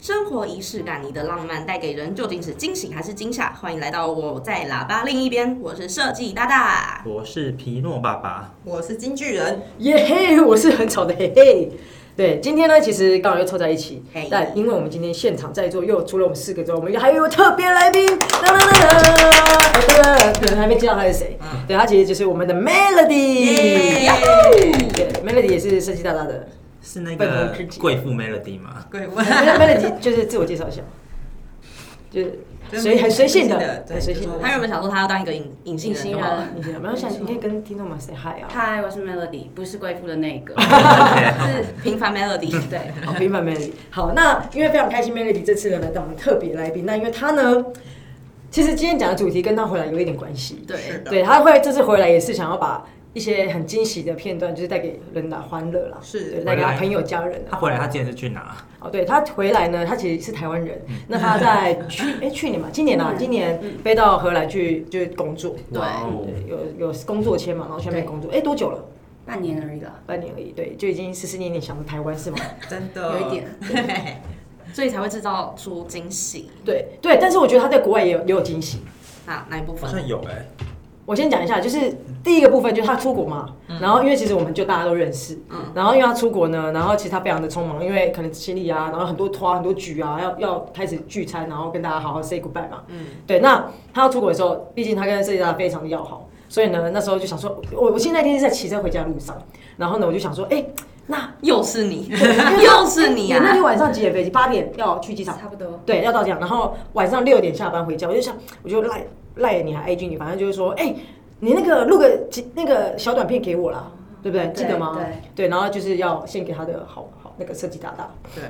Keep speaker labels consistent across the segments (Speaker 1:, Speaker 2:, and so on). Speaker 1: 生活仪式感里的浪漫带给人，究竟是惊喜还是惊吓？欢迎来到我在喇叭另一边，我是设计大大。
Speaker 2: 我是皮诺爸爸，
Speaker 3: 我是京剧人，
Speaker 4: 耶嘿，我是很吵的嘿嘿。对，今天呢，其实刚好又凑在一起
Speaker 1: 嘿，
Speaker 4: 但因为我们今天现场在座又除了我们四个之外，我们又还有特别来宾，当当当当，呃可能还没介绍他是谁，对，他其实就是我们的 Melody，
Speaker 1: 耶
Speaker 4: 呀对，Melody 也是设计大大的
Speaker 2: 是那
Speaker 4: 本
Speaker 2: 个
Speaker 4: 人之己
Speaker 2: 贵妇 Melody 吗？
Speaker 3: 对，我
Speaker 4: ，Melody 就是自我介绍一下，就是随很随性的，
Speaker 3: 对
Speaker 4: 很随性
Speaker 3: 就是
Speaker 4: 的，
Speaker 3: 我
Speaker 1: 还有没有想说他要当一个隐隐性
Speaker 4: 明
Speaker 1: 人
Speaker 4: 星
Speaker 1: 就好了
Speaker 4: 啊，？明星啊，没有想你可以跟听众们 say hi 啊，
Speaker 5: 嗨，我是 Melody，不是贵妇的那 个。
Speaker 1: 是平凡 Melody。
Speaker 5: 对，
Speaker 4: 好，平凡 Melody。好，那因为非常开心，Melody 这次呢来到我们特别来宾。那因为他呢，其实今天讲的主题跟他回来有一点关系。
Speaker 1: 对，
Speaker 4: 对，他会这次回来也是想要把一些很惊喜的片段，就是带给人的欢乐啦，
Speaker 3: 是
Speaker 4: 对带给
Speaker 2: 回
Speaker 4: 他
Speaker 2: 来
Speaker 4: 朋友、家人
Speaker 2: 他
Speaker 4: 啊。
Speaker 2: 回来，他今天是去哪？
Speaker 4: 哦，对他回来呢，他其实是台湾
Speaker 2: 嗯
Speaker 4: 人。那他在去哎去年嘛，今年啊，今年飞到荷兰去就是工作，
Speaker 1: 对
Speaker 2: 哇哦
Speaker 4: 对，有有工作签嘛，然后去那边工作。哎，多久了？
Speaker 5: 半年而已了，
Speaker 4: 半年而已，对，就已经思思念念想着台湾是吗？
Speaker 3: 真的
Speaker 5: 有一点。
Speaker 1: 所以才会制造出惊喜
Speaker 4: 对对，但是我觉得他在国外也有也有惊喜。
Speaker 1: 啊那一部
Speaker 2: 好
Speaker 1: 分。
Speaker 2: 像有哎、
Speaker 4: 我先讲一下，就是第一个部分就是他出国嘛，然后因为其实我们就大家都认识，然后因为他出国呢，然后其实他非常的匆忙，因为可能行李啊，然后很多拖很多局啊，要要开始聚餐，然后跟大家好好 say goodbye 嘛，对。那他要出国的时候，毕竟他跟设计大非常的要好，所以呢，那时候就想说，我我现在那天是在骑车回家的路上，然后呢，我就想说，哎、那
Speaker 1: 又是你， 又是你
Speaker 4: 那 天
Speaker 1: 啊！
Speaker 4: 晚上几点飞机？八点要去机场，
Speaker 5: 差不多
Speaker 4: 对，要到这样。然后晚上六点下班回家，我就想，我就赖赖你还 A G 你，反正就是说，哎、你那个录个几那个小短片给我啦，对不对？记得吗？
Speaker 5: 对
Speaker 4: 然后就是要先给他的好好那个设计大大，
Speaker 3: 对，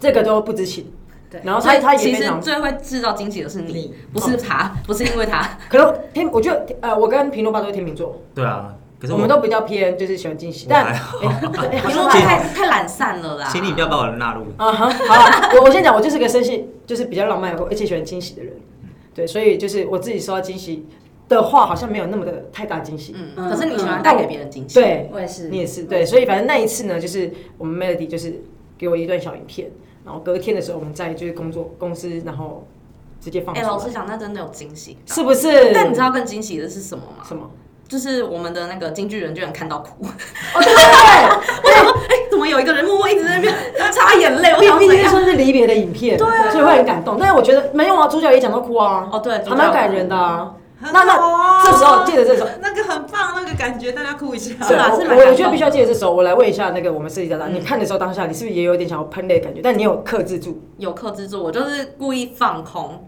Speaker 4: 这个都不知情。
Speaker 5: 对
Speaker 4: 然后
Speaker 1: 所
Speaker 4: 他
Speaker 1: 以
Speaker 4: 他也
Speaker 1: 其
Speaker 4: 非
Speaker 1: 实
Speaker 4: 常，
Speaker 1: 最会制造惊喜的是你
Speaker 3: 你，
Speaker 1: 不是他，不是因为他。
Speaker 4: 可能偏，我觉得呃，我跟平诺爸都是天秤座，
Speaker 2: 对啊，可是
Speaker 4: 我
Speaker 2: 我
Speaker 4: 们都比较偏，就是喜欢惊喜，
Speaker 2: 我
Speaker 4: 但
Speaker 2: 还好
Speaker 4: 哎哎
Speaker 1: 因
Speaker 4: 好
Speaker 1: 为
Speaker 4: 像还好
Speaker 1: 太太懒散了啦。
Speaker 2: 请你不要把我纳入。
Speaker 4: 啊哈，好啦，我我先讲，我就是个生性就是比较浪漫，而且喜欢惊喜的人，对，所以就是我自己收到惊喜的话，好像没有那么的太大惊喜。
Speaker 1: 嗯，
Speaker 5: 嗯
Speaker 1: 可是你喜欢带给别人惊喜。
Speaker 4: 对，
Speaker 5: 我也是。
Speaker 4: 你也是对，所以反正那一次呢，就是我们 Melody 就是给我一段小影片，然后隔天的时候，我们在就是工作公司，然后直接放出
Speaker 1: 哎，
Speaker 4: 来，
Speaker 1: 老实讲，那真的有惊喜。
Speaker 4: 是不是？
Speaker 1: 但你知道更惊喜的是什么吗？
Speaker 4: 什么？
Speaker 1: 就是我们的那个京剧人居然看到哭，
Speaker 4: 哦，对对
Speaker 1: 我想说，哎、 怎么有一个人默默一直在那边 擦眼泪？我想 说哎
Speaker 4: 对，毕毕
Speaker 1: 怎
Speaker 4: 竟
Speaker 1: 样？
Speaker 4: 说是离别的影片，对、所以会很感动。但是我觉得没有啊，主角也讲到哭啊，
Speaker 1: 哦，对，
Speaker 4: 还蛮感人的啊。
Speaker 3: 很
Speaker 4: 那
Speaker 3: 好啊
Speaker 4: 那这时候借着这时候。
Speaker 3: 那个很棒，那个感觉大家哭一下，
Speaker 1: 是啊
Speaker 4: 我
Speaker 1: 是蛮
Speaker 4: 我
Speaker 1: 感
Speaker 4: 我觉
Speaker 1: 动
Speaker 4: 得必须要借着这时候，我来问一下那个我们设计大大，你看的时候当下，你是不是也有点想要喷泪的感觉？但你有克制住，
Speaker 1: 有克制住，我就是故意放空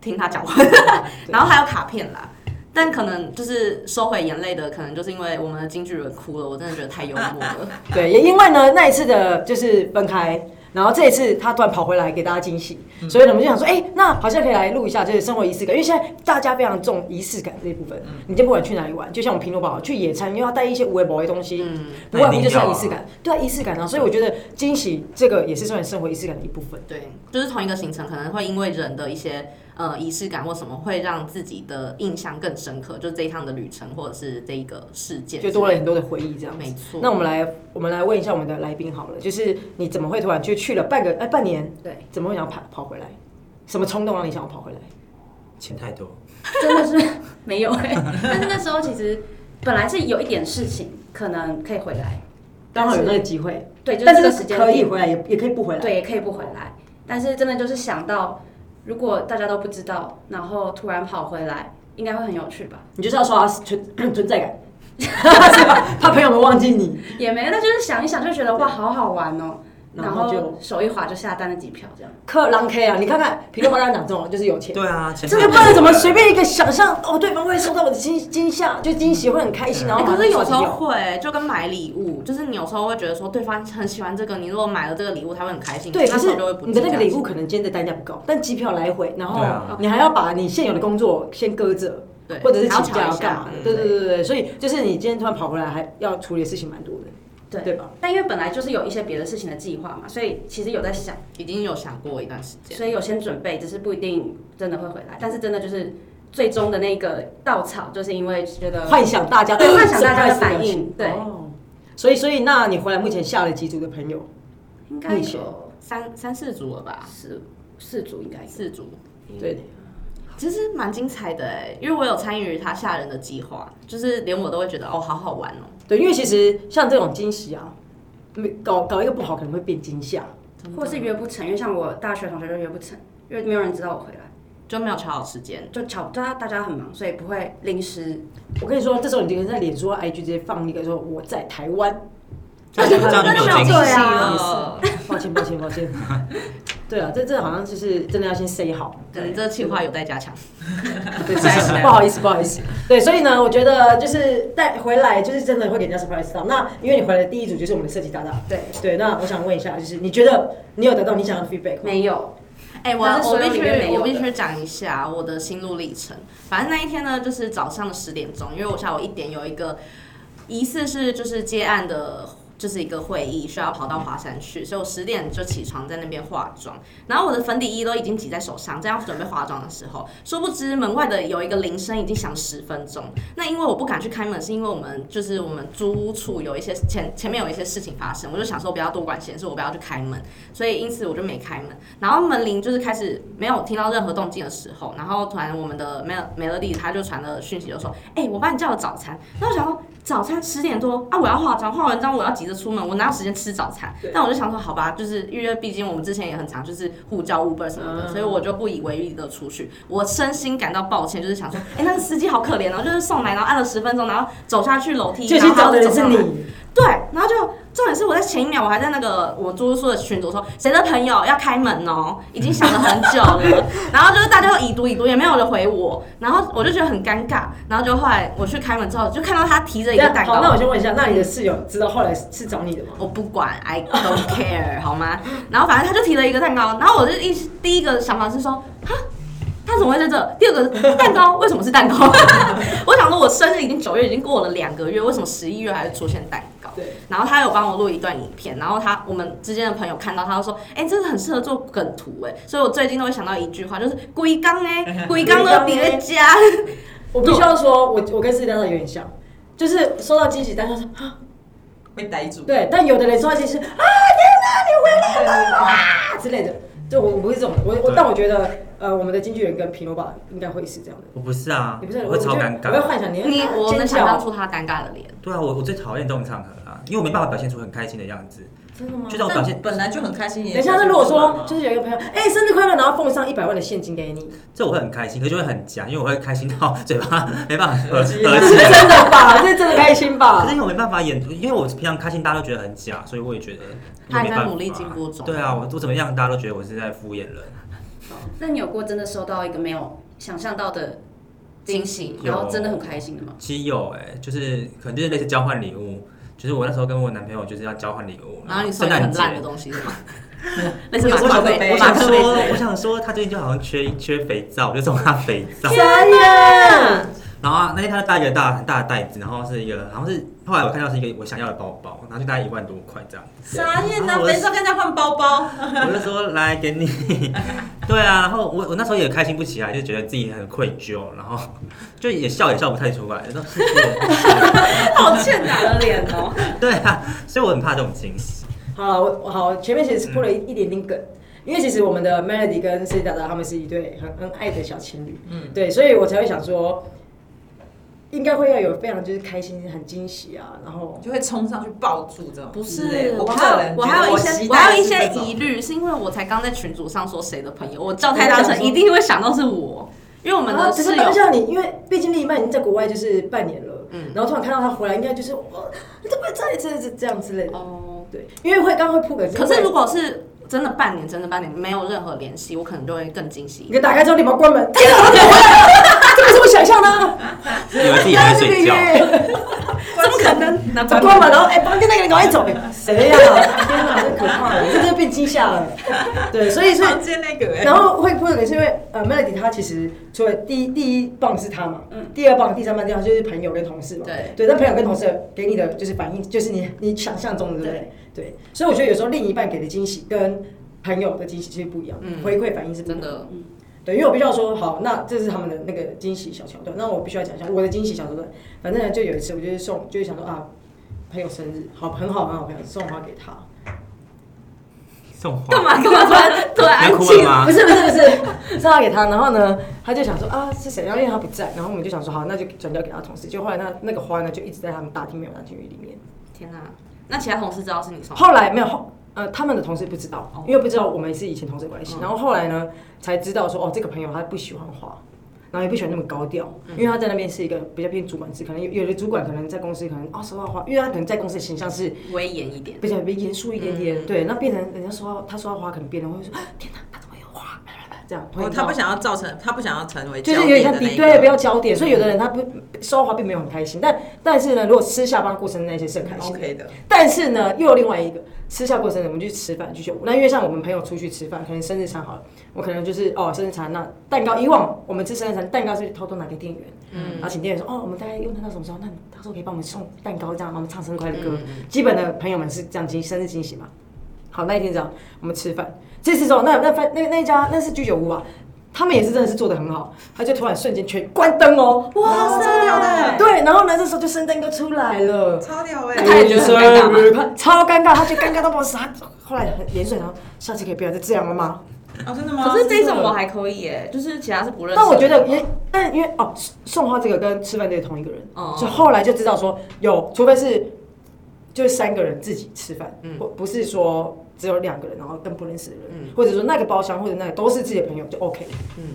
Speaker 1: 听他讲话， 然后还有卡片啦。但可能就是收回眼泪的，可能就是因为我们的京剧人哭了，我真的觉得太幽默了。
Speaker 4: 对，也因为呢那一次的就是分开，然后这一次他突然跑回来给大家惊喜，所以呢我们就想说，哎、那好像可以来录一下就是生活仪式感，因为现在大家非常重仪式感这一部分。你今天不管去哪里玩，就像我们平头宝去野餐，因为要带一些无为宝的东西，不外乎就是要仪式感，对啊，仪式感啊，所以我觉得惊喜这个也是算生活仪式感的一部分。
Speaker 1: 对，就是同一个行程，可能会因为人的一些呃仪式感或什么，会让自己的印象更深刻。就这一趟的旅程，或者是这一个事件，
Speaker 4: 就多了很多的回忆，这样子
Speaker 1: 没错
Speaker 4: 那我们来，我们来问一下我们的来宾好了，就是你怎么会突然就去了半个哎、半年，
Speaker 5: 对，
Speaker 4: 怎么会想要跑跑回来？什么冲动让你想要跑回来？
Speaker 2: 钱太多，
Speaker 5: 真的是 没有哎、但是那时候其实本来是有一点事情，可能可以回来。
Speaker 4: 刚好有
Speaker 5: 但
Speaker 4: 那
Speaker 5: 是
Speaker 4: 个机会，
Speaker 5: 对，就是
Speaker 4: 但
Speaker 5: 这个
Speaker 4: 是
Speaker 5: 时间
Speaker 4: 可以
Speaker 5: 点
Speaker 4: 回来，也也可以不回来。
Speaker 5: 对，也可以不回来。但是真的就是想到，如果大家都不知道，然后突然跑回来，应该会很有趣吧？
Speaker 4: 你就是要刷存 存在感， 是吧？怕朋友们忘记你，
Speaker 5: 也没有，那就是想一想就觉得哇，好好玩哦。
Speaker 4: 然
Speaker 5: 然
Speaker 4: 后就
Speaker 5: 后手一滑就下单了几票，这样。
Speaker 4: 克狼 K 啊！你看看，评论帮他讲中了，就是有钱。
Speaker 2: 对啊，钱
Speaker 4: 这
Speaker 2: 太
Speaker 4: 个
Speaker 2: 多
Speaker 4: 不知道怎么随便一个想象哦，对方会收到我的惊惊吓，就惊喜会很开心，然
Speaker 1: 哎、
Speaker 4: 后
Speaker 1: 可是有时候
Speaker 4: 马上
Speaker 1: 会、就跟买礼物，就是你有时候会觉得说对方很喜欢这个，你如果买了这个礼物，他会很开心。
Speaker 4: 对，
Speaker 1: 那
Speaker 4: 可
Speaker 1: 时
Speaker 4: 是
Speaker 1: 候就会不
Speaker 4: 你的那个
Speaker 1: 计
Speaker 4: 礼
Speaker 1: 较
Speaker 4: 物可能今天的单价不高，但机票来回，然后
Speaker 2: 对啊
Speaker 4: 你还要把你现有的工作先搁着，
Speaker 1: 对，
Speaker 4: 或者是
Speaker 1: 还要
Speaker 4: 请
Speaker 1: 瞧一
Speaker 4: 假
Speaker 1: 下
Speaker 4: 要干嘛的？
Speaker 1: 嗯
Speaker 4: 对对对对对，所以就是你今天突然跑回来，还要处理的事情蛮多的，
Speaker 5: 对
Speaker 4: 对吧？
Speaker 5: 但因为本来就是有一些别的事情的计划嘛，所以其实有在想，
Speaker 1: 已经有想过一段时间。
Speaker 5: 所以有先准备，只是不一定真的会回来。但是真的就是最终的那个稻草，就是因为觉得
Speaker 4: 幻想大家
Speaker 5: 对幻想大家的
Speaker 4: surprise
Speaker 5: 反
Speaker 4: 表情
Speaker 5: 应对
Speaker 4: 哦所以所以那你回来目前下了几组的朋友？
Speaker 5: 应该
Speaker 4: 目前
Speaker 5: 有
Speaker 1: 三三四组了吧，
Speaker 5: 四四组应该有
Speaker 1: 四组，
Speaker 4: 对，
Speaker 1: 其实蛮精彩的哎，因为我有参与他吓人的计划，就是连我都会觉得哦，好好玩哦，
Speaker 4: 对，因为其实像这种惊喜啊，没搞搞一个不好，可能会变惊吓。
Speaker 5: 或是约不成，因为像我大学同学就约不成，因为没有人知道我回来，
Speaker 1: 就没有调好时间。
Speaker 5: 就巧，大家大家很忙，所以不会临时。
Speaker 4: 我跟你说，这时候你就可以在脸书、IG 直接放一个说我在台湾。
Speaker 2: 这样 这 样就没有
Speaker 1: 那
Speaker 2: 惊
Speaker 1: 就没有
Speaker 2: 喜
Speaker 1: 惊
Speaker 5: 对
Speaker 1: 喜
Speaker 5: 啊
Speaker 1: 了。
Speaker 4: 抱歉，抱歉，抱歉。对啊，这这好像就是真的要先 say 好。
Speaker 1: 可能这个企划有待加强。
Speaker 4: 对，不好意思，不好意思。对，所以呢，我觉得就是带回来，就是真的会给人家 surprise 到。那因为你回来第一组就是我们的设计搭档，
Speaker 5: 对，
Speaker 4: 对。那我想问一下，就是你觉得你有得到你想要的 feedback 吗？
Speaker 5: 没有，
Speaker 1: 哎、我
Speaker 5: 但是
Speaker 1: 我
Speaker 5: 所有
Speaker 1: 必
Speaker 5: 里面没
Speaker 1: 须
Speaker 5: 有
Speaker 1: 我
Speaker 5: 的
Speaker 1: 必须讲一下我的心路历程。反正那一天呢，就是早上的十点钟，因为我下午一点有一个疑似是就是接案的，就是一个会议，需要跑到华山去，所以我十点就起床在那边化妆。然后我的粉底液都已经挤在手上，这样准备化妆的时候，殊不知门外的有一个铃声已经响十分钟。那因为我不敢去开门，是因为我们就是我们租屋处有一些前前面有一些事情发生，我就想说不要多管闲事，我不要去开门。所以因此我就没开门。然后门铃就是开始没有听到任何动静的时候，然后突然我们的 Mel Melody 她就传了讯息，就说：“哎、我帮你叫了早餐。”那我想说早餐十点多啊，我要化妆，化完妆我要急着出门，我哪有时间吃早餐？但我就想说好吧，就是因为毕竟我们之前也很常就是互叫 Uber 什么的，所以我就不以为意的出去。我真心感到抱歉，就是想说，哎、那个司机好可怜哦，就是送来然后按了十分钟，然后走下去楼梯，
Speaker 4: 最
Speaker 1: 然
Speaker 4: 先
Speaker 1: 后
Speaker 4: 找
Speaker 1: 还
Speaker 4: 的
Speaker 1: 要
Speaker 4: 人
Speaker 1: 走
Speaker 4: 是
Speaker 1: 上来
Speaker 4: 你，
Speaker 1: 对，然后就重点是我在前一秒我还在那个我租宿的群组说谁的朋友要开门哦，已经想了很久了， 然后就是大家都已读已读，也没有人回我，然后我就觉得很尴尬，然后就后来我去开门之后就看到他提着一个
Speaker 4: 那
Speaker 1: 蛋
Speaker 4: 好，那
Speaker 1: 糕
Speaker 4: 我。先问一下，那你的室友知道后来是找你的吗？
Speaker 1: 我不管，I don't care，好吗？然后反正他就提了一个蛋糕，然后我就一第一个想法是说，哈，他怎么会在这？第二个蛋糕为什么是蛋糕？ 我想说，我生日已经九月，已经过了两个月，为什么十一月还会出现蛋糕？
Speaker 4: 对。
Speaker 1: 然后他有帮我录一段影片，然后他我们之间的朋友看到，他就说，哎、这个很适合做梗图哎，所以我最近都会想到一句话，就是龟缸哎，龟缸都别家。
Speaker 4: 我必须要说，我我跟四亮的有点像，就是收到惊喜，但是说啊
Speaker 3: 被逮住。
Speaker 4: 对，但有的人收到惊喜是啊，天哪，你回来了啊之类的，就我我不是这种，我我
Speaker 2: 对
Speaker 4: 但我觉得呃，我们的经纪人跟皮诺爸应该会是这样的，
Speaker 2: 我不是啊，
Speaker 4: 你不是
Speaker 2: 我
Speaker 4: 我
Speaker 2: 会超
Speaker 4: 觉得
Speaker 2: 尴
Speaker 4: 我会
Speaker 2: 尬。
Speaker 4: 幻想你哎
Speaker 1: 你我
Speaker 4: 尖
Speaker 1: 能想象
Speaker 4: 叫，
Speaker 1: 出他尴尬的脸，
Speaker 2: 对啊，我我最讨厌这种场合啊，因为我没办法表现出很开心的样子，
Speaker 4: 真的吗？
Speaker 2: 就让我表
Speaker 3: 但
Speaker 2: 现，
Speaker 3: 本来就很开心，
Speaker 4: 等一下，那如果
Speaker 2: 啊
Speaker 4: 说就是有一个朋友，哎、生日快乐，然后奉上一百万的现金 给你，
Speaker 2: 这我会很开心，可是就会很假，因为我会开心到 嘴巴没办法合合起
Speaker 4: 这
Speaker 2: 来。
Speaker 4: 是 真的吧？这是真的开心
Speaker 2: 可
Speaker 4: 吧
Speaker 2: 是？因为我没办法演，因为我平常开心，大家都觉得很假，所以我也觉得
Speaker 1: 他还在
Speaker 2: 没办法
Speaker 1: 努力进步中
Speaker 2: 对啊，我我怎么样，大家都觉得我是在敷衍人。
Speaker 1: 嗯
Speaker 5: 那你有过真的收到一个没有想象到的惊喜，
Speaker 2: 有
Speaker 5: 然后真的很开心的吗？
Speaker 2: 其实有哎、就是可能就是类似交换礼物，就是我那时候跟我男朋友就是要交换礼物，
Speaker 1: 然后你送
Speaker 2: 圣
Speaker 1: 一个
Speaker 2: 诞
Speaker 1: 很
Speaker 2: 节。
Speaker 1: 烂的东西是吗？类似
Speaker 3: 我
Speaker 1: 马
Speaker 3: 想
Speaker 1: 克杯，
Speaker 2: 我
Speaker 3: 我
Speaker 1: 马
Speaker 2: 想
Speaker 1: 克杯之类
Speaker 2: 说
Speaker 1: 的，
Speaker 2: 我想说，他最近就好像缺缺肥皂，我就送他肥皂。
Speaker 4: 真的，
Speaker 2: 然后啊那天他就带一个大很大的袋子，然后是一个，然后是后来我看到是一个我想要的包包，然后就大概一万多块这样。
Speaker 3: 傻眼
Speaker 2: 然
Speaker 3: 呐，
Speaker 2: 后我
Speaker 3: 肥皂跟人家换包包，
Speaker 2: 我就说来给你，对啊，然后我我那时候也开心不起来，就觉得自己很愧疚，然后 就也笑也笑不太出来，然后
Speaker 1: 好欠打的脸哦。
Speaker 2: 对啊，所以我很怕这种惊喜。
Speaker 4: 好了，我我好，前面其实是铺了一
Speaker 2: 嗯
Speaker 4: 一点点梗，因为其实我们的 Melody 跟 C 大大他们是一对很恩爱的小情侣，嗯，对，所以我才会想说，应该会要有非常就是开心、很惊喜啊，然后
Speaker 3: 我 就会冲上去抱住这种
Speaker 1: 不
Speaker 3: 之类
Speaker 1: 是
Speaker 3: 的，
Speaker 1: 我
Speaker 3: 个
Speaker 1: 还有
Speaker 3: 人
Speaker 1: 我
Speaker 3: 觉
Speaker 1: 还
Speaker 3: 得
Speaker 1: 有一
Speaker 3: 期
Speaker 1: 些我
Speaker 3: 待
Speaker 1: 还有一
Speaker 3: 是这
Speaker 1: 些
Speaker 3: 种
Speaker 1: 疑虑，是因为我才刚在群组上说谁的朋友，我叫太大声，一定会想到是我，因为我们
Speaker 4: 啊
Speaker 1: 的
Speaker 4: 只
Speaker 1: 室
Speaker 4: 是
Speaker 1: 友
Speaker 4: 当下你，因为毕竟另一半已经在国外就是半年了，
Speaker 1: 嗯
Speaker 4: 然后突然看到他回来，应该就是哇，你怎么在这这这样之类的，
Speaker 1: 哦。
Speaker 4: 对，因为会刚刚会铺梗，
Speaker 1: 可是
Speaker 4: 因为
Speaker 1: 如果是真的半年，真的半年没有任何联系，我可能就会更惊喜一
Speaker 4: 你
Speaker 1: 点。
Speaker 4: 给打开之后立马关门， 天哪，怎么回来了？这不是我想象的，啊
Speaker 2: 以为自己还在 睡觉，
Speaker 1: 怎么可能？那
Speaker 4: 怎么关门？然后哎，房间那个人赶快走，谁呀？天哪，真可怕了，这真的变惊吓了。对，所以所以
Speaker 3: 房间那个，哎
Speaker 4: 然后会破梗是因为呃，Melody 她其实除了第一第一棒是她嘛，第二棒、第三棒、第四棒就是朋友跟同事嘛，
Speaker 1: 嗯对
Speaker 4: 对，但朋友跟同事给你的就是反应，就是你你想象中的，对不对？对，所以我觉得有时候另一半给的惊喜跟朋友的惊喜是不一样，
Speaker 1: 嗯
Speaker 4: 回馈反应是不一
Speaker 1: 真
Speaker 4: 样。
Speaker 1: 的，
Speaker 4: 对，因为我必须要说，好，那这是他们的那个惊喜小桥段。那我必须要讲一下我的惊喜小桥段。反正呢，就有一次，我就是送，就是想说啊，朋友生日，好，很好，很好，朋友送花给他。
Speaker 2: 送花
Speaker 1: 干？嘛干嘛突然突然哎
Speaker 2: 你
Speaker 1: 安
Speaker 2: 要哭了
Speaker 1: 静？
Speaker 2: 吗
Speaker 4: 不？是不是不是，送要给他，然后呢，他就想说啊是谁？然后因为他不在，然后我们就想说好，那就转交给他同事。就后来那那个花呢，就一直在他们大厅没有拿进去里面。
Speaker 1: 天哪、那其他同事知道是你送的？
Speaker 4: 后来没有
Speaker 3: 哦
Speaker 4: 后呃，他们的同事不知道，因为不知道我们是以前同事
Speaker 3: 嗯
Speaker 4: 关系。然后后来呢，才知道说哦，这个朋友他不喜欢花。然后也不喜欢那么高调，
Speaker 3: 嗯
Speaker 4: 因为他在那边是一个比较偏主管制，可能有有的主管可能在公司可能哦说到花，因为他可能在公司的形象是
Speaker 1: 威严一点。
Speaker 4: 比较比较严肃一点
Speaker 3: 嗯
Speaker 4: 点，对，那变成人家说到他说到花，可能别人会说啊天哪，他怎么有花？这样，
Speaker 3: 哦，他不想要造成，他不想要成为
Speaker 4: 就是
Speaker 3: 焦
Speaker 4: 有点
Speaker 3: 点
Speaker 4: 像
Speaker 3: 的那
Speaker 4: 比
Speaker 3: 一
Speaker 4: 对，不
Speaker 3: 个。
Speaker 4: 要焦点。所以有的人他不收到花并没有很开心，但但是呢，如果吃下班过生日那些是很开心的。
Speaker 3: 嗯 OK 的，
Speaker 4: 但是呢，又有另外一个吃下过生日，我们去吃饭去酒屋。那因为像我们朋友出去吃饭，可能生日餐好了，我可能就是哦生日餐那蛋糕，以往我们吃生日餐蛋糕是偷偷拿给店员，嗯，然后请店员说哦我们大概用它到什么时候，那你到时候可以帮我们送蛋糕这样，帮我们唱生日快乐歌。
Speaker 3: 嗯
Speaker 4: 基本的朋友们是这样惊生日惊喜嘛。好，那一天这样我们吃饭，这次之后那那饭那那一家那是居酒屋啊。他们也是真的是做的很好，他就突然瞬间全关灯哦，
Speaker 3: 哇塞，超屌的，
Speaker 4: 对，然后呢这时候就生蛋糕出来了，
Speaker 3: 超屌
Speaker 1: 那他
Speaker 3: 哎！
Speaker 1: 也觉得很尴尬吗
Speaker 4: 尬，超尴尬，他就尴尬到爆炸。后来很严肃，然后下次可以不要再这样了吗？
Speaker 3: 哦，真的吗？
Speaker 1: 可是这种我还可以耶，就是其他是不认识。
Speaker 4: 但我觉得也，但因为哦，送花这个跟吃饭这个同一个人，
Speaker 1: 哦
Speaker 4: 所以后来就知道说有，除非是就是三个人自己吃饭，
Speaker 1: 嗯
Speaker 4: 不、不是说只有两个人，然后跟不认识的人，或者说那个包厢或者那个都是自己的朋友就 OK，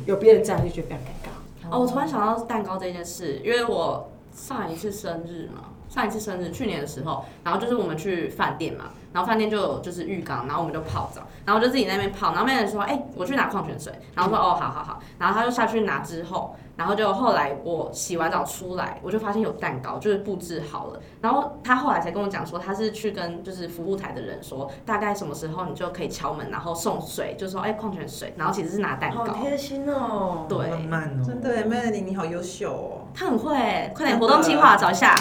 Speaker 4: 有
Speaker 1: 嗯
Speaker 4: 别人在就觉得非常尴尬。
Speaker 1: 哦，我突然想到蛋糕这件事，因为我上一次生日嘛，上一次生日去年的时候，然后就是我们去饭店嘛，然后饭店就有就是浴缸，然后我们就泡澡，然后就自己在那边泡，然后那边人说，哎、我去拿矿泉水，然后说哦，好好好，然后他就下去拿之后，然后就后来我洗完澡出来，我就发现有蛋糕，就是布置好了，然后他后来才跟我讲说，他是去跟就是服务台的人说，大概什么时候你就可以敲门，然后送水，就说哎、矿泉水，然后其实是拿蛋糕，
Speaker 4: 心哦
Speaker 1: 对。
Speaker 2: 浪漫哦，
Speaker 3: 真的耶，Melody 欸你好优秀哦。
Speaker 1: 他很会，快点活动计划找一下，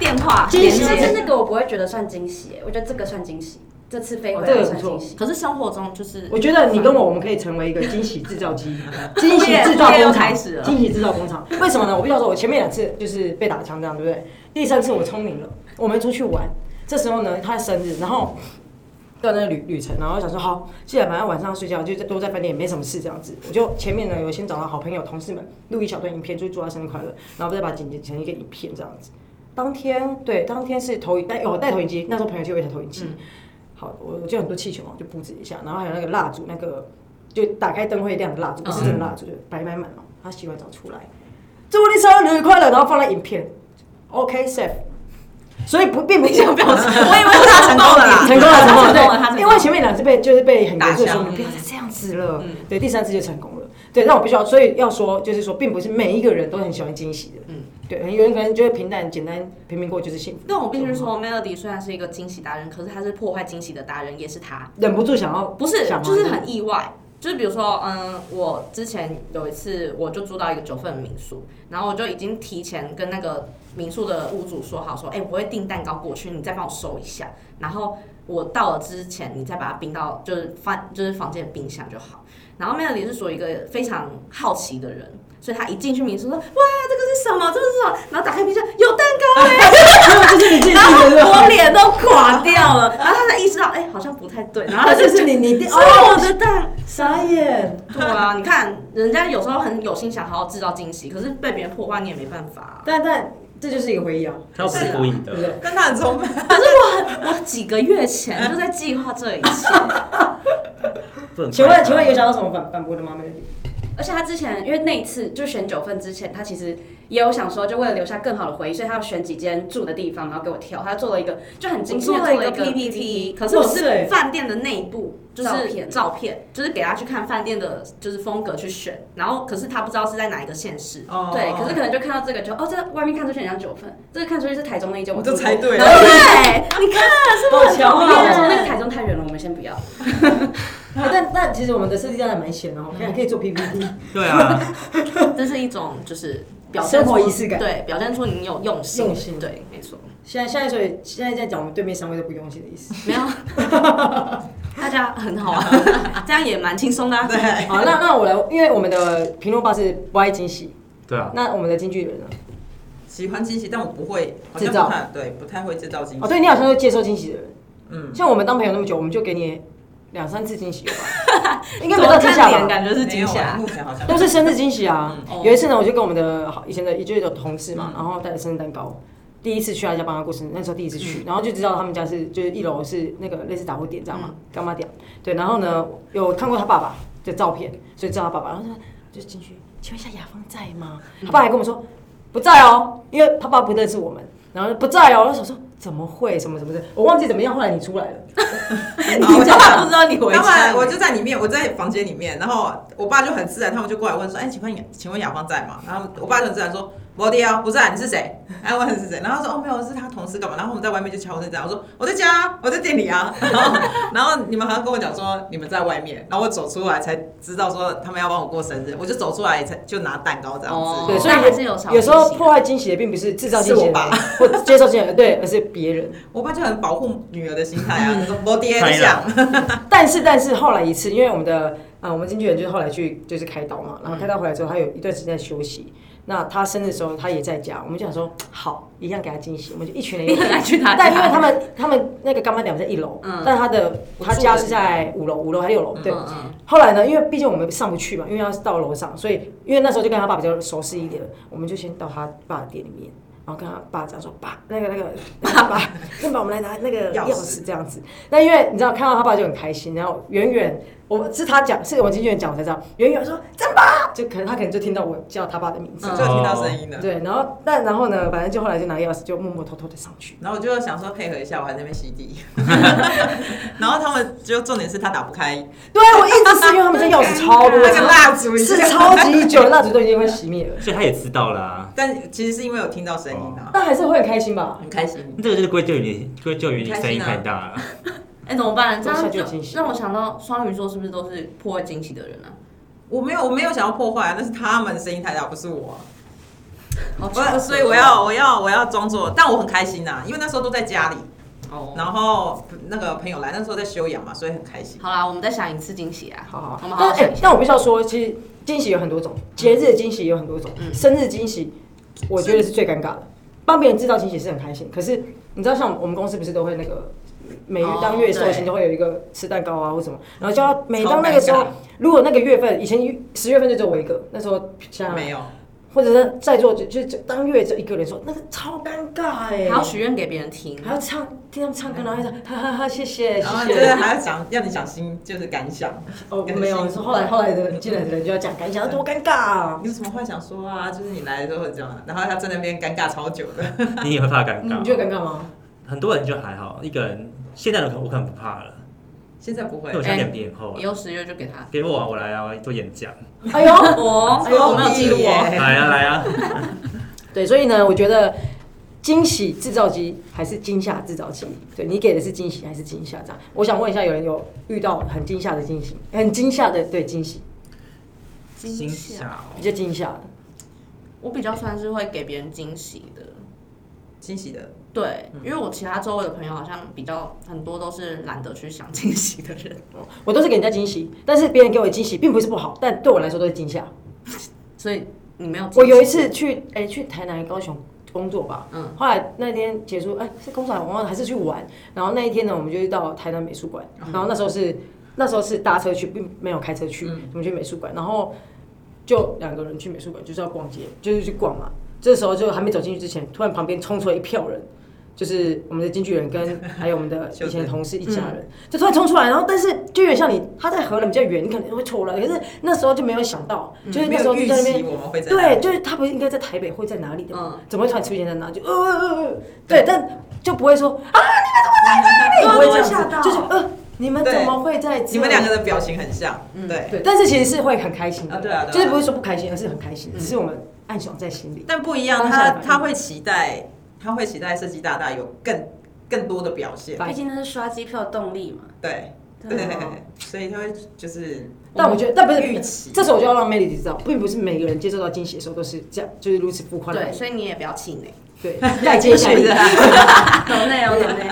Speaker 1: 电话
Speaker 5: 惊
Speaker 1: 连
Speaker 5: 喜，但是
Speaker 1: 接。
Speaker 5: 那个我不会觉得算惊喜耶，我觉得这个算惊喜，这次飞回
Speaker 4: 哦这
Speaker 5: 来
Speaker 4: 个
Speaker 5: 算
Speaker 4: 不错
Speaker 5: 惊喜。
Speaker 1: 可是生活中就是，
Speaker 4: 我觉得你跟我，我们可以成为 一个惊喜制造机，惊喜制造
Speaker 1: 副业
Speaker 4: 工
Speaker 1: 又
Speaker 4: 厂
Speaker 1: 开始，了
Speaker 4: 惊喜制造工厂。为什么呢？我必须要说，我前面两次就是被打枪这样，对不对？第三次我聪明了，我们出去玩，这时候呢，他的生日，然后到啊那个旅旅程，然后想说好，既然反正晚上要睡觉，就在都在饭店也没什么事这样子，我就前面呢有先找到好朋友、同事们录一小段影片，就是祝他生日快乐，然后再把剪辑成一个影片这样子。当天对，当天是投影带哦带投影机，那时候朋友借我一台投影机。好，我我就很多气球嘛，我就布置一下，然后还有那个蜡烛，那个就打开灯会亮的蜡烛，不是真的蜡烛，就摆满满嘛。他洗完澡出来，祝你生日快乐，然后放在影片，OK safe。所以不并不是表
Speaker 1: 我 以为他
Speaker 3: 成功了啦
Speaker 4: 成功了，成功
Speaker 1: 成
Speaker 4: 了，
Speaker 1: 功了，他成
Speaker 4: 对，因
Speaker 1: 功
Speaker 4: 为
Speaker 1: 了。
Speaker 4: 前面两次被就是被很严肃地
Speaker 3: 打
Speaker 4: 说
Speaker 3: 枪
Speaker 4: 你不要再这样子了，对，第三次就成功了，对，那我必须要，所以要说就是说，并不是每一个人都很喜欢惊喜的，嗯，对，有人可能觉得平淡简单平平过就是幸福，
Speaker 1: 但我必须说，Melody 虽然是一个惊喜达人，可是他是破坏惊喜的达人，也是他，
Speaker 4: 忍不住想要
Speaker 1: 不是
Speaker 4: 想，要
Speaker 1: 就是 很意外。就是比如说，嗯，我之前有一次，我就住到一个九份民宿，然后我就已经提前跟那个民宿的屋主说好，说，哎、我会订蛋糕过去，你再帮我收一下，然后我到了之前，你再把它冰到就是饭就是房间的冰箱就好。然后 Melody 是属于一个非常好奇的人，所以他一进去民宿说，哇，这个是什么？这个是什么？然后打开冰箱有蛋糕哎、
Speaker 4: 就是你自己
Speaker 1: 然后
Speaker 4: 觉 得
Speaker 1: 我脸都垮掉了，然后他才意识到，哎、好像不太对， 然后他就
Speaker 4: 就是你你哦
Speaker 1: 是我的蛋。
Speaker 4: 傻眼，
Speaker 1: 对啊，你看人家有时候很有心想好好制造惊喜，可是被别人破坏你也没办法啊、
Speaker 4: 但但这就是一个回忆啊，
Speaker 2: 他又不是故意
Speaker 4: 对不对
Speaker 2: 的，？
Speaker 3: 但他很聪明，
Speaker 1: 我几个月前就在计划这一切，
Speaker 2: 不能怪他
Speaker 4: 请问请问有想到什么反反驳的吗？没
Speaker 1: 啊
Speaker 4: 问题。
Speaker 5: 而且他之前因为那一次就选九份之前，他其实也有想说，就为了留下更好的回忆，所以他要选几间住的地方，然后给我挑。他做了一个就很精
Speaker 1: 我
Speaker 5: 心
Speaker 1: 做
Speaker 5: 的
Speaker 1: 了一
Speaker 5: 了
Speaker 1: 个
Speaker 5: 一个
Speaker 1: PPT，可是我是饭店的内部，就是
Speaker 5: 照片
Speaker 1: 照片，就是给他去看饭店的，就是风格去选，然后可是他不知道是在哪一个县市。
Speaker 3: 哦
Speaker 5: 对，可是可能就看到这个就哦，这外面看出去很像九份，这个看出去是台中那一间，
Speaker 3: 我
Speaker 5: 我
Speaker 3: 就
Speaker 5: 住过
Speaker 3: 猜对
Speaker 5: 然
Speaker 1: 对
Speaker 5: 后
Speaker 3: 了。，
Speaker 1: 你看是不是很
Speaker 4: 好
Speaker 1: 讨
Speaker 4: 强
Speaker 5: 我
Speaker 4: 啊
Speaker 5: 就
Speaker 1: 厌
Speaker 5: 想说那个台中太远了，我们先不要。
Speaker 4: 但但其实我们的设计家长蛮闲的哦，
Speaker 1: 嗯
Speaker 4: 可以可以做 PPT，
Speaker 2: 对啊，
Speaker 1: 这是一种就是表现出
Speaker 4: 生活仪式感
Speaker 1: 对，表现出你有用心，
Speaker 4: 用心
Speaker 1: 对，没 错，
Speaker 4: 现在现在所以现在在讲我们对面三位都不用心的意思。
Speaker 1: 没有， 大家很好 啊，这样也蛮轻松的、啊，
Speaker 3: 对，
Speaker 4: 好，那那我来，因为我们的评论爸是不爱惊喜，
Speaker 2: 对啊，
Speaker 4: 那我们的京剧人呢？
Speaker 3: 喜欢惊喜，但我不会，好
Speaker 4: 制
Speaker 3: 像
Speaker 4: 造哦
Speaker 3: 不太对，不太会制造惊喜。
Speaker 4: 哦，对你好像是接受惊喜的人，
Speaker 3: 嗯，
Speaker 4: 像我们当朋友那么久，我们就给你两三次惊喜有吧，应
Speaker 1: 怎
Speaker 4: 该
Speaker 1: 么
Speaker 4: 没到惊
Speaker 1: 看
Speaker 4: 吓
Speaker 1: 脸
Speaker 4: 吧。
Speaker 1: 感觉是惊
Speaker 3: 没有啊
Speaker 1: 吓，
Speaker 3: 目前好像
Speaker 4: 都是生日惊喜啊！
Speaker 1: 嗯
Speaker 4: 有一次呢，我就跟我们的好以前的一届的同事
Speaker 3: 嗯
Speaker 4: 嘛，然后带着生日蛋糕，第一次去他家帮他过生日，那时候第一次
Speaker 3: 嗯
Speaker 4: 去，然后就知道他们家是就是一楼是那个类似打火点这
Speaker 3: 嗯
Speaker 4: 样嘛，干妈点。对，然后呢有看过他爸爸的照片，所以知道他爸爸。然后说就进去，请问一下雅芳在吗？
Speaker 3: 嗯
Speaker 4: 他爸还跟我们说不在哦，因为他爸不认识我们，然后不在哦。我想说怎么会什么什么的，我忘记怎么样，后来你出来 了，
Speaker 1: 你爸爸不知道你回
Speaker 3: 然后后
Speaker 1: 家
Speaker 3: 来，我就在里面，我在房间里面，然后我爸就很自然，他们就过来问说：“哎，请问雅，请问雅芳在吗？”然后我爸就很自然说：“我的啊，不在，你是谁？” 哎，我很是谁？然后他说：“哦，没有，是他同事干嘛？”然后我们在外面就敲这样，我说：“我在家啊，我在店里啊。” 然后，然后你们好像跟我讲说你们在外面，然后我走出来才知道说他们要帮我过生日，我就走出来才就拿蛋糕这样子。
Speaker 4: 对，所
Speaker 1: 哦但还是
Speaker 4: 以
Speaker 1: 有小
Speaker 4: 有时候
Speaker 1: 惊喜
Speaker 4: 破坏惊喜的并不是制造惊
Speaker 3: 是我
Speaker 4: 喜的
Speaker 3: 爸
Speaker 4: 人或接受惊喜的人，对，而是别 人。
Speaker 3: 我爸就很保护女儿的心态啊，就说：“我爹这样。
Speaker 4: 但是但是后来一次，因为我们的啊、呃我们经纪人就是后来去就是开刀
Speaker 1: 嗯
Speaker 4: 嘛，然后开刀回来之后，他有一段时间在休息。那他生日的时候，他也在家，我们就 想说好，一样给他惊喜，我们就一群人一
Speaker 1: 你
Speaker 4: 起
Speaker 1: 很爱去他
Speaker 4: 但因为
Speaker 1: 家，
Speaker 4: 他们他们那个干妈店在一楼，
Speaker 1: 嗯
Speaker 4: 但他的
Speaker 3: 我
Speaker 4: 他
Speaker 3: 住
Speaker 4: 家
Speaker 3: 的
Speaker 4: 是
Speaker 3: 地
Speaker 4: 在五楼，五楼还是六楼？对。
Speaker 1: 嗯嗯
Speaker 4: 后来呢，因为毕竟我们上不去嘛，因为要到楼上，所以因为那时候就跟他爸比较熟识一点了，我们就先到他爸的店里面，然后跟他爸讲说：“爸，那个那 个爸爸，那爸我们来拿那个
Speaker 3: 钥匙
Speaker 4: 钥匙这样子。”那因为你知道看到他爸就很开心，然后远远我是他讲，是我经纪人讲我才知道，远远说“真爸”，就可能他可能就听到我叫他爸的名”字。
Speaker 3: 就听到声音了。
Speaker 4: 对，然后但然后呢，反正就后来就拿钥匙，就默默偷偷的上去。
Speaker 3: 然后我就想说配合一下，我还在那边洗地。 然后他们就重点是他打不开
Speaker 4: 对我一直是因为他们家钥匙超 多，
Speaker 3: 那个蜡烛，
Speaker 4: 是超级久，蜡烛都已经快熄灭了，
Speaker 2: 所以他也知道啦、
Speaker 3: 但其实是因为有听到声音
Speaker 2: 哦
Speaker 3: 啊，
Speaker 4: 但还是会很开心吧？
Speaker 3: 很开心。
Speaker 2: 这个就是归咎于你，归咎于你声音太大了。
Speaker 1: 哎、怎么办？这
Speaker 4: 当下
Speaker 1: 样
Speaker 4: 就有
Speaker 1: 就
Speaker 4: 惊喜
Speaker 1: 让我想到双鱼座是不是都是破坏惊喜的人啊？
Speaker 3: 我没有，我没有想要破坏啊，但是他们声音太大，不是我啊。
Speaker 1: 好巧
Speaker 3: 我所以我要我要我要装作，但我很开心啊呐、因为那时候都在家里，
Speaker 1: 哦。
Speaker 3: 然后那个朋友来，那时候在休养嘛，所以很开心。
Speaker 1: 好啦，我们再想一次惊喜啊！
Speaker 4: 好好
Speaker 1: 我们好
Speaker 4: 但
Speaker 1: 好
Speaker 4: 哎、
Speaker 1: 想一下。
Speaker 4: 但我必须要说，其实惊喜有很多种，节日的惊喜也有很多种，生日惊喜，我觉得是最尴尬的。帮别人制造惊喜是很开心，可是你知道，像我们公司不是都会那个每
Speaker 1: 哦
Speaker 4: 当月收
Speaker 1: 对
Speaker 4: 薪都会有一个吃蛋糕啊或什么，然后就要每当那
Speaker 3: 超尴
Speaker 4: 个
Speaker 3: 尬
Speaker 4: 时候，如果那个月份以前十月份就只有我一个，那时候像
Speaker 3: 没有，
Speaker 4: 或者是在座就就就当月只有一个人说，那个超尴尬哎、
Speaker 1: 还要许愿给别人听，
Speaker 4: 还要唱，听他们唱歌，然后说哈哈哈，谢谢
Speaker 3: 然后
Speaker 4: 谢
Speaker 3: 就是
Speaker 4: 谢。
Speaker 3: 还要讲，要你讲心，就是感想。
Speaker 4: 哦，没有，是后来后来的进来的人就要讲感想，多尴尬啊！
Speaker 3: 你有什么话想说啊？就是你来的时候这样，然后他在那边尴尬超久的。
Speaker 2: 你也会怕尴
Speaker 4: 嗯你
Speaker 2: 尬？
Speaker 4: 觉得尴尬吗？
Speaker 2: 很多人就还好，一个人现在的我可能不怕了，
Speaker 3: 现在不会
Speaker 2: 因为我，现在脸皮很厚
Speaker 1: 以
Speaker 2: 啊。
Speaker 1: 后十月就给他。
Speaker 2: 给我啊，我来啊，我做演讲，
Speaker 4: 哎呦，
Speaker 1: 哦，
Speaker 4: 哎呦
Speaker 1: 我没有记录哦。
Speaker 2: 来啊来啊，
Speaker 4: 对，所以呢，我觉得惊喜制造机还是惊吓制造机，对你给的是惊喜还是惊吓？这样，我想问一下，有人有遇到很惊吓的惊喜，很惊吓的对惊喜，
Speaker 2: 惊吓哦，
Speaker 4: 比较惊吓的，
Speaker 1: 我比较算是会给别人惊喜的，嗯
Speaker 3: 惊喜的，
Speaker 1: 对，因为我其他周围的朋友好像比较很多都是懒得去想惊喜的人，
Speaker 4: 我都是给人家惊喜，但是别人给我的惊喜并不是不好，但对我来说都是惊吓。
Speaker 1: 所以你没有惊喜。
Speaker 4: 我有一次去，哎、去台南、高雄工作吧，
Speaker 1: 嗯
Speaker 4: 嗯，后来那天结束，哎、是工作还忘了还是去玩，然后那一天呢，我们就到台南美术馆，
Speaker 3: 嗯
Speaker 4: 然后那时候是那时候是搭车去，并没有开车去，
Speaker 3: 嗯
Speaker 4: 我们去美术馆，然后就两个人去美术馆就是要逛街，就是去逛嘛，这时候就还没走进去之前，突然旁边冲出来一票人。就是我们的经纪人跟还有我们 的以前的同事一家
Speaker 3: 嗯
Speaker 4: 人，就突然冲出来，然后但是就有点像你，他在河南比较远，你可能会错了，可是那时候就没有想到，就是
Speaker 3: 嗯没
Speaker 4: 那时候
Speaker 3: 有
Speaker 4: 就
Speaker 3: 预
Speaker 4: 在那边
Speaker 3: 期我们会在哪里
Speaker 4: 对，就是他不是应该在台北，会在哪里的吗？
Speaker 1: 嗯
Speaker 4: 怎么会突然出现在哪？就呃呃呃呃，对，但就不会说啊，
Speaker 3: 哦
Speaker 4: 你们怎么来
Speaker 1: 对
Speaker 4: 这里？不会
Speaker 1: 我也吓到
Speaker 4: 就是呃，你们怎么会在这？
Speaker 3: 你们两个。的表情很像，对。
Speaker 4: 对，但是其实是会很开心的，
Speaker 3: 啊对啊对啊嗯
Speaker 4: 就是不是说不开心，而是很开心，只是我们暗爽在心里。
Speaker 3: 但不一样，
Speaker 4: 当下
Speaker 3: 他
Speaker 4: 的反应
Speaker 3: 他会期待，他会期待设计大大有更更多的表现，
Speaker 4: 白
Speaker 5: 毕竟那是刷机票的动力 嘛。
Speaker 3: 对
Speaker 5: 真的
Speaker 3: 对
Speaker 5: 哦，
Speaker 3: 所以他会就是
Speaker 4: 啊但我觉得，但不是
Speaker 3: 预期
Speaker 4: 这时候我就要让 Melody 知道，并不是每个人接受到惊喜的时候都是这样，就是如此浮夸的
Speaker 1: 对，
Speaker 4: 反应。
Speaker 1: 所以你也不要气馁。
Speaker 4: 对，再接 下来。
Speaker 5: 有内有内，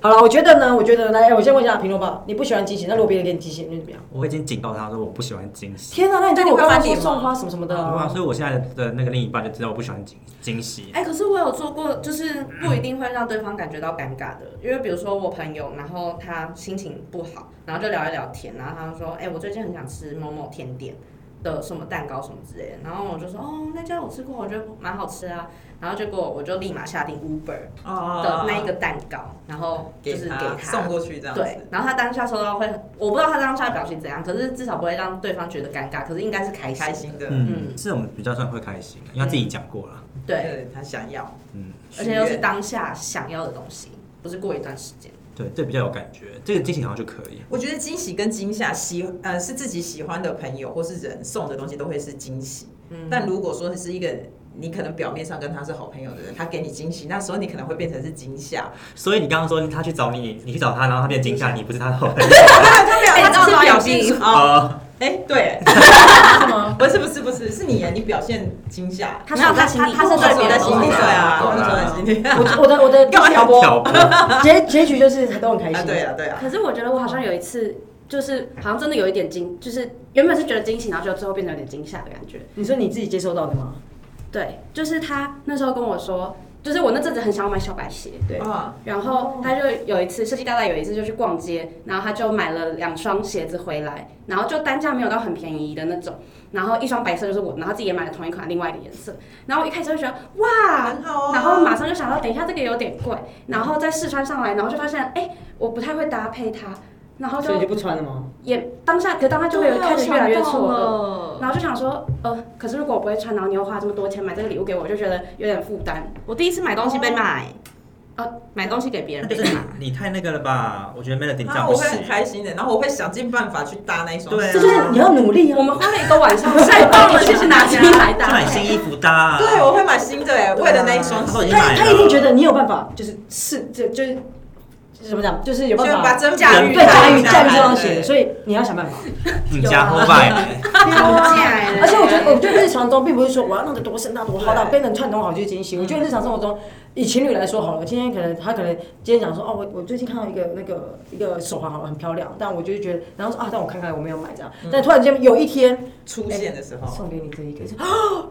Speaker 4: 好了，我觉得呢，我觉得来，我先问一下平头爸，你不喜欢惊喜，那如果别人给你惊喜，你会怎么样？
Speaker 2: 我已经警告他说我不喜欢惊喜。
Speaker 4: 天哪，啊那你
Speaker 3: 那
Speaker 4: 跟
Speaker 3: 你
Speaker 4: 我
Speaker 3: 会
Speaker 4: 刚刚
Speaker 3: 翻
Speaker 4: 说
Speaker 3: 脸吗
Speaker 4: 送花什么什么的
Speaker 2: 对啊，
Speaker 4: 啊，
Speaker 2: 所以我现在的那个另一半就知道我不喜欢惊惊喜。
Speaker 1: 哎、可是我有做过，就是不一定会让对方感觉到尴尬的，因为比如说我朋友，然后他心情不好，然后就聊一聊天，然后他就说，哎、我最近很想吃某某甜点的什么蛋糕什么之类的，然后我就说，哦，那家我吃过，我觉得蛮好吃啊，然后结果我就立马下定 Uber
Speaker 3: 哦
Speaker 1: 的那一个蛋糕，然后就是给他
Speaker 3: 送过去这样子。
Speaker 1: 对，然后他当下收到会很，我不知道他当下表情怎样，可是至少不会让对方觉得尴尬，可是应该是开心。
Speaker 3: 开心的，
Speaker 2: 嗯，这种比较算会开心，啊因为他自己讲过了。
Speaker 1: 对，
Speaker 3: 对，他想要，
Speaker 2: 嗯，
Speaker 1: 而且又是当下想要的东西，不是过一段时间。
Speaker 2: 对，这比较有感觉，这个惊喜好像就可以。
Speaker 3: 我觉得惊喜跟惊吓喜呃是自己喜欢的朋友或是人送的东西都会是惊喜，
Speaker 1: 嗯，
Speaker 3: 但如果说是一个你可能表面上跟他是好朋友的人，他给你惊喜，那时候你可能会变成是惊吓。
Speaker 2: 所以你刚刚说他去找你，你去找他，然后他变惊吓，你不是他的好朋友。
Speaker 3: 他没有，
Speaker 1: 哎
Speaker 3: 他只是表
Speaker 1: 你
Speaker 3: 现
Speaker 1: 知
Speaker 3: 出哦，
Speaker 2: 哦，
Speaker 3: 哎， 对，
Speaker 4: 是吗？
Speaker 3: 不是不是不是，是你啊耶，你表现惊吓，
Speaker 1: 他是有在心里
Speaker 5: 哦他是
Speaker 3: 他
Speaker 5: 在
Speaker 3: 是有在心里，
Speaker 2: 哦
Speaker 3: 对啊，他是有在心里。
Speaker 4: 我我的我的
Speaker 3: 干嘛挑拨？
Speaker 2: 挑拨。
Speaker 4: 结结局就是都很开
Speaker 3: 啊，
Speaker 4: 心。
Speaker 3: 对啊，对啊，
Speaker 5: 可是我觉得我好像有一次，就是好像真的有一点惊，就是原本是觉得惊喜，然后就最后变得有点惊吓的感觉。
Speaker 4: 你说你自己接收到的吗？
Speaker 5: 对，就是他那时候跟我说，就是我那阵子很想要买小白鞋，对。
Speaker 3: 啊，
Speaker 5: 然后他就有一次设计大大有一次就去逛街，然后他就买了两双鞋子回来，然后就单价没有到很便宜的那种，然后一双白色就是我，然后自己也买了同一款另外一个颜色，然后我一开始就觉得哇，
Speaker 3: 很好啊。
Speaker 5: 然后马上就想到等一下这个有点贵，然后再试穿上来，然后就发现哎、我不太会搭配它，然后
Speaker 4: 所以你就
Speaker 5: 就
Speaker 4: 不穿了吗？
Speaker 5: 也当下，可当下就会有开始越来越错愕。
Speaker 4: 哦
Speaker 1: 愕。
Speaker 5: 然后就想说，呃，可是如果我不会穿，然后你又花这么多钱买这个礼物给我，我就觉得有点负担。
Speaker 1: 我第一次买东西被骂、欸，
Speaker 5: 哦
Speaker 1: 买东西给别
Speaker 2: 那
Speaker 1: 人
Speaker 2: 就
Speaker 1: 被
Speaker 2: 是
Speaker 1: 骂，
Speaker 2: 你你太那个了吧？我觉得 Melody 这样
Speaker 3: 啊，
Speaker 2: 不
Speaker 3: 我会
Speaker 2: 行
Speaker 3: 很。开心的，然后我会想尽办法去搭那一双
Speaker 2: 对
Speaker 3: 鞋。
Speaker 2: 啊
Speaker 4: 这就是你要努力
Speaker 5: 我
Speaker 4: 啊！
Speaker 5: 们花了一个晚上 晒爆了，谢谢大家来
Speaker 2: 就
Speaker 5: 打
Speaker 2: 买。新衣服搭。
Speaker 3: 对，我会买新的哎，为了那一双
Speaker 2: 他
Speaker 3: 鞋
Speaker 2: 都已，经
Speaker 4: 他
Speaker 2: 买了。
Speaker 4: 他一定觉得你有办法，就是是这就是怎么讲，就是 有
Speaker 3: 就
Speaker 4: 办
Speaker 3: 把
Speaker 4: 法
Speaker 3: 真
Speaker 1: 驾驭
Speaker 4: 对
Speaker 1: 它
Speaker 4: 驾驭
Speaker 1: 驾驭
Speaker 4: 驾驭这双鞋，
Speaker 3: 以
Speaker 4: 所以你要 想办法。
Speaker 2: 你家伙拜。
Speaker 1: 啊
Speaker 4: 而且我觉得，我觉得日常中并不是说我要弄得多盛大多浩大，变成串通好就是惊喜。我
Speaker 3: 嗯
Speaker 4: 觉得日常生活中，以情侣来说好了，今天可能他可能今天讲说哦，我我最近看到一个那个一个手环好了很漂亮，但我就是觉得，然后说啊，但我看看我没有买这样，
Speaker 3: 嗯
Speaker 4: 但突然间有一天
Speaker 3: 出现的
Speaker 1: 啊
Speaker 3: 时候
Speaker 4: 送给你这一个，
Speaker 3: 有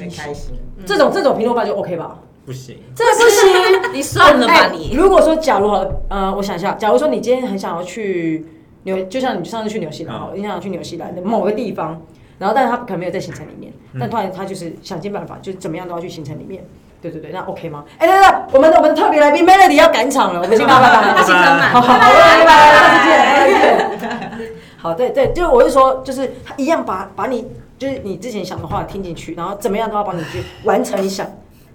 Speaker 3: 点开心。
Speaker 1: 嗯
Speaker 4: 这种这种评论吧就 OK 吧，
Speaker 2: 不行，
Speaker 4: 这不行。
Speaker 1: 你算了吧
Speaker 4: 哎
Speaker 1: 你。
Speaker 4: 如果说假如好了，呃，我想一下，假如说你今天很想要去纽，就像你上次去纽西兰，
Speaker 2: 嗯
Speaker 4: 好了，你想要去纽西兰的某个地方，然后但是他可能没有在行程里面，
Speaker 1: 嗯
Speaker 4: 但突然他就是想尽办法，就是怎么样都要去行程里面。对对对，那 OK 吗？哎，对对对，我们的我们的特别来宾 Melody 要赶场了，我们先拜拜拜
Speaker 1: 他
Speaker 4: 拜
Speaker 1: 行。程
Speaker 4: 好
Speaker 1: 满，
Speaker 4: 好，拜拜，下次见，下次见。好，对对，就是我是说，就是他一样把把你就是你之前想的话听进去，然后怎么样都要帮你去完成你想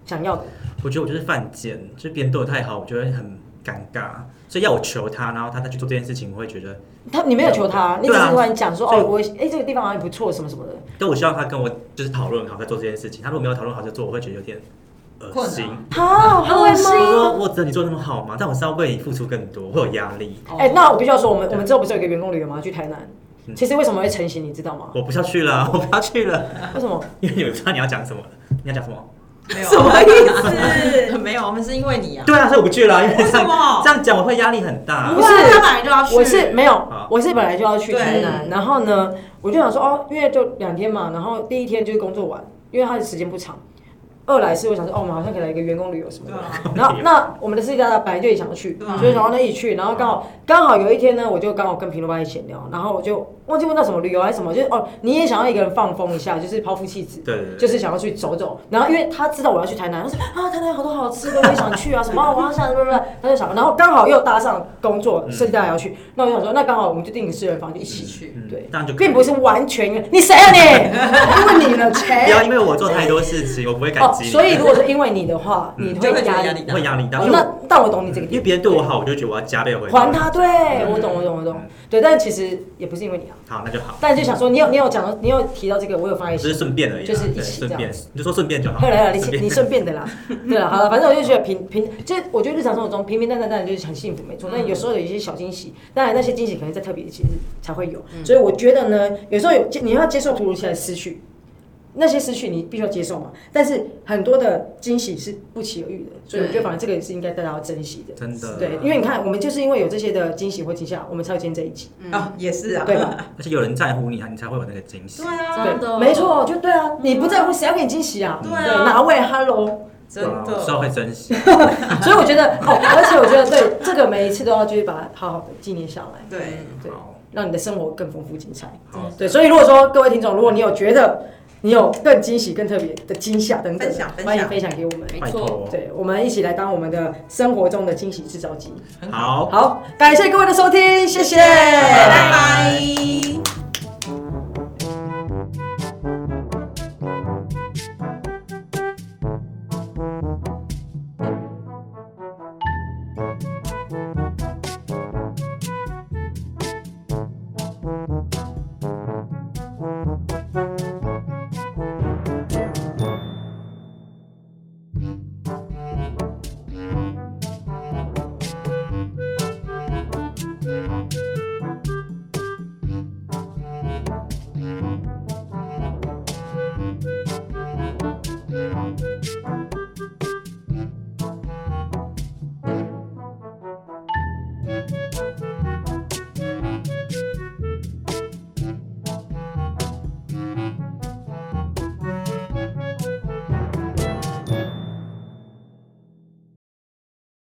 Speaker 4: 想要的。
Speaker 2: 我觉得我就是犯贱，就是别人对我太好，我觉得很尴尬，所以要我求他，然后他再去做这件事情，我会觉得，
Speaker 4: 他你没有求他，你只
Speaker 2: 对啊
Speaker 4: 是突然讲说、
Speaker 2: 所以
Speaker 4: 哦，我哎、这个地方好像不错什么什么的，
Speaker 2: 但我希望他跟我就是讨论好再做这件事情。他如果没有讨论好再做，我会觉得有点恶心。
Speaker 3: 困
Speaker 4: 好
Speaker 1: 恶心
Speaker 2: 我说我知道你做得那么好嘛，但我是要为你付出更多，会有压力。
Speaker 4: 哎、那我必须要说，我们
Speaker 2: 对
Speaker 4: 我们之后不是有一个员工旅游吗？去台南，
Speaker 2: 嗯
Speaker 4: 其实为什么会成型，你知道吗？
Speaker 2: 我不要去了， 我不要去了，
Speaker 4: 为什么？
Speaker 2: 因为你们知道你要讲什么了。你要讲什么？
Speaker 3: 没有
Speaker 4: 什么
Speaker 3: 意思？嗯 没有，我们是因为你啊。
Speaker 2: 对啊，所以我不去了，因为这
Speaker 3: 为什
Speaker 2: 样
Speaker 3: 么
Speaker 2: 这？样讲我会压力很大
Speaker 1: 不。是
Speaker 4: 不是
Speaker 1: 他本来就要去，
Speaker 4: 我是没有
Speaker 2: 好，
Speaker 4: 我是本来就要去
Speaker 3: 对
Speaker 4: 台南，然后呢，我就想说哦，因为就两天嘛，然后第一天就是工作完，因为他的时间不长。二来是我想说，哦，我们好像可以来一个员工旅游什么
Speaker 3: 对
Speaker 4: 的。
Speaker 3: 啊，
Speaker 4: 然后那我们的世界大大本来就也想去，
Speaker 3: 对啊
Speaker 4: 所以想到那一起去，然后刚好刚好有一天呢，我就刚好跟平头爸一起闲聊，然后我就忘记问到什么旅游还是什么，就是哦，你也想要一个人放风一下，就是抛夫弃子。
Speaker 2: 对对对，
Speaker 4: 就是想要去走走，然后因为他知道我要去台南，他说啊，台南有好多好吃的，我也想去啊，什么啊我好想，不不不，他就想，然后刚好又搭上工作，
Speaker 2: 嗯
Speaker 4: 设计大 要去，那我想说，那刚好我们就订个四人房就一起去，
Speaker 2: 嗯
Speaker 4: 对，
Speaker 2: 这样就可以
Speaker 4: 并不是完全因为你谁啊你，我问你了，
Speaker 2: 不要
Speaker 4: 谁？
Speaker 2: 因为我做太多事情，我不会感
Speaker 4: 哦，
Speaker 2: 激你。
Speaker 4: 所以如果是因为你的话，
Speaker 2: 嗯
Speaker 4: 你
Speaker 3: 就
Speaker 4: 会
Speaker 3: 会觉
Speaker 4: 压
Speaker 3: 得压
Speaker 4: 力
Speaker 3: 力大
Speaker 2: 会。压力大，
Speaker 4: 哦
Speaker 2: 因为我
Speaker 4: 那但我懂你这个
Speaker 2: 因为
Speaker 4: 点，
Speaker 2: 别人对我好，我就觉得我要加倍回
Speaker 4: 还。他，对
Speaker 2: 嗯
Speaker 4: 我懂，我懂，我懂
Speaker 2: 嗯。
Speaker 4: 对，但其实也不是因为你啊，
Speaker 2: 好，那就好，
Speaker 4: 但就想说，你有你有讲到，你有提到这个，我有放在
Speaker 2: 只
Speaker 4: 心
Speaker 2: 是。顺便而已啦，啊
Speaker 4: 就是一
Speaker 2: 对
Speaker 4: 起
Speaker 2: 顺
Speaker 4: 这样
Speaker 2: 便，你就说顺便就好。
Speaker 4: 对了，你
Speaker 2: 顺便
Speaker 4: 你顺便的啦，对啊了，好了，反正我就觉得平平，就是我觉得日常生活中平平淡淡淡就是很幸福，没错。但有时候有一些小惊喜，当然那些惊喜可能在特别的节日才会有，所以我觉得呢，有时候有你要接受突如其来的失去，那些失去你必须要接受嘛，但是很多的惊喜是不期而遇的，所以我觉得反而这个也是应该大家要珍惜的。
Speaker 2: 真的。
Speaker 4: 对，因为你看，我们就是因为有这些的惊喜或惊吓，我们才有今天这一集，
Speaker 3: 啊，也是啊，
Speaker 4: 对吧？
Speaker 2: 而且有人在乎你，你才会有那个惊喜。
Speaker 3: 啊，
Speaker 1: 真
Speaker 4: 对，
Speaker 1: 的
Speaker 4: 没错，就对啊，你不在乎，谁要给你惊喜啊？
Speaker 3: 对
Speaker 4: 对，
Speaker 3: 啊，
Speaker 4: 哪位？Hello，
Speaker 3: 真
Speaker 2: 对嗯啊我知道
Speaker 3: 的，
Speaker 2: 会珍惜。
Speaker 4: 所以我觉得哦，而且我觉得对这个每一次都要就是把它好好的纪念下来，
Speaker 3: 对，
Speaker 4: 对
Speaker 2: 好，
Speaker 4: 让你的生活更丰富精彩。
Speaker 2: 好，
Speaker 4: 对，所以如果说各位听众，如果你有觉得你有更惊喜、更特别的惊吓等等
Speaker 3: 分享分，享
Speaker 4: 欢迎分享给我们。
Speaker 2: 拜
Speaker 1: 没错。
Speaker 2: 托。
Speaker 4: 对，我们一起来当我们的生活中的惊喜制造机。
Speaker 2: 好，
Speaker 4: 好，感谢各位的收听，谢谢，
Speaker 2: 拜
Speaker 3: 拜拜。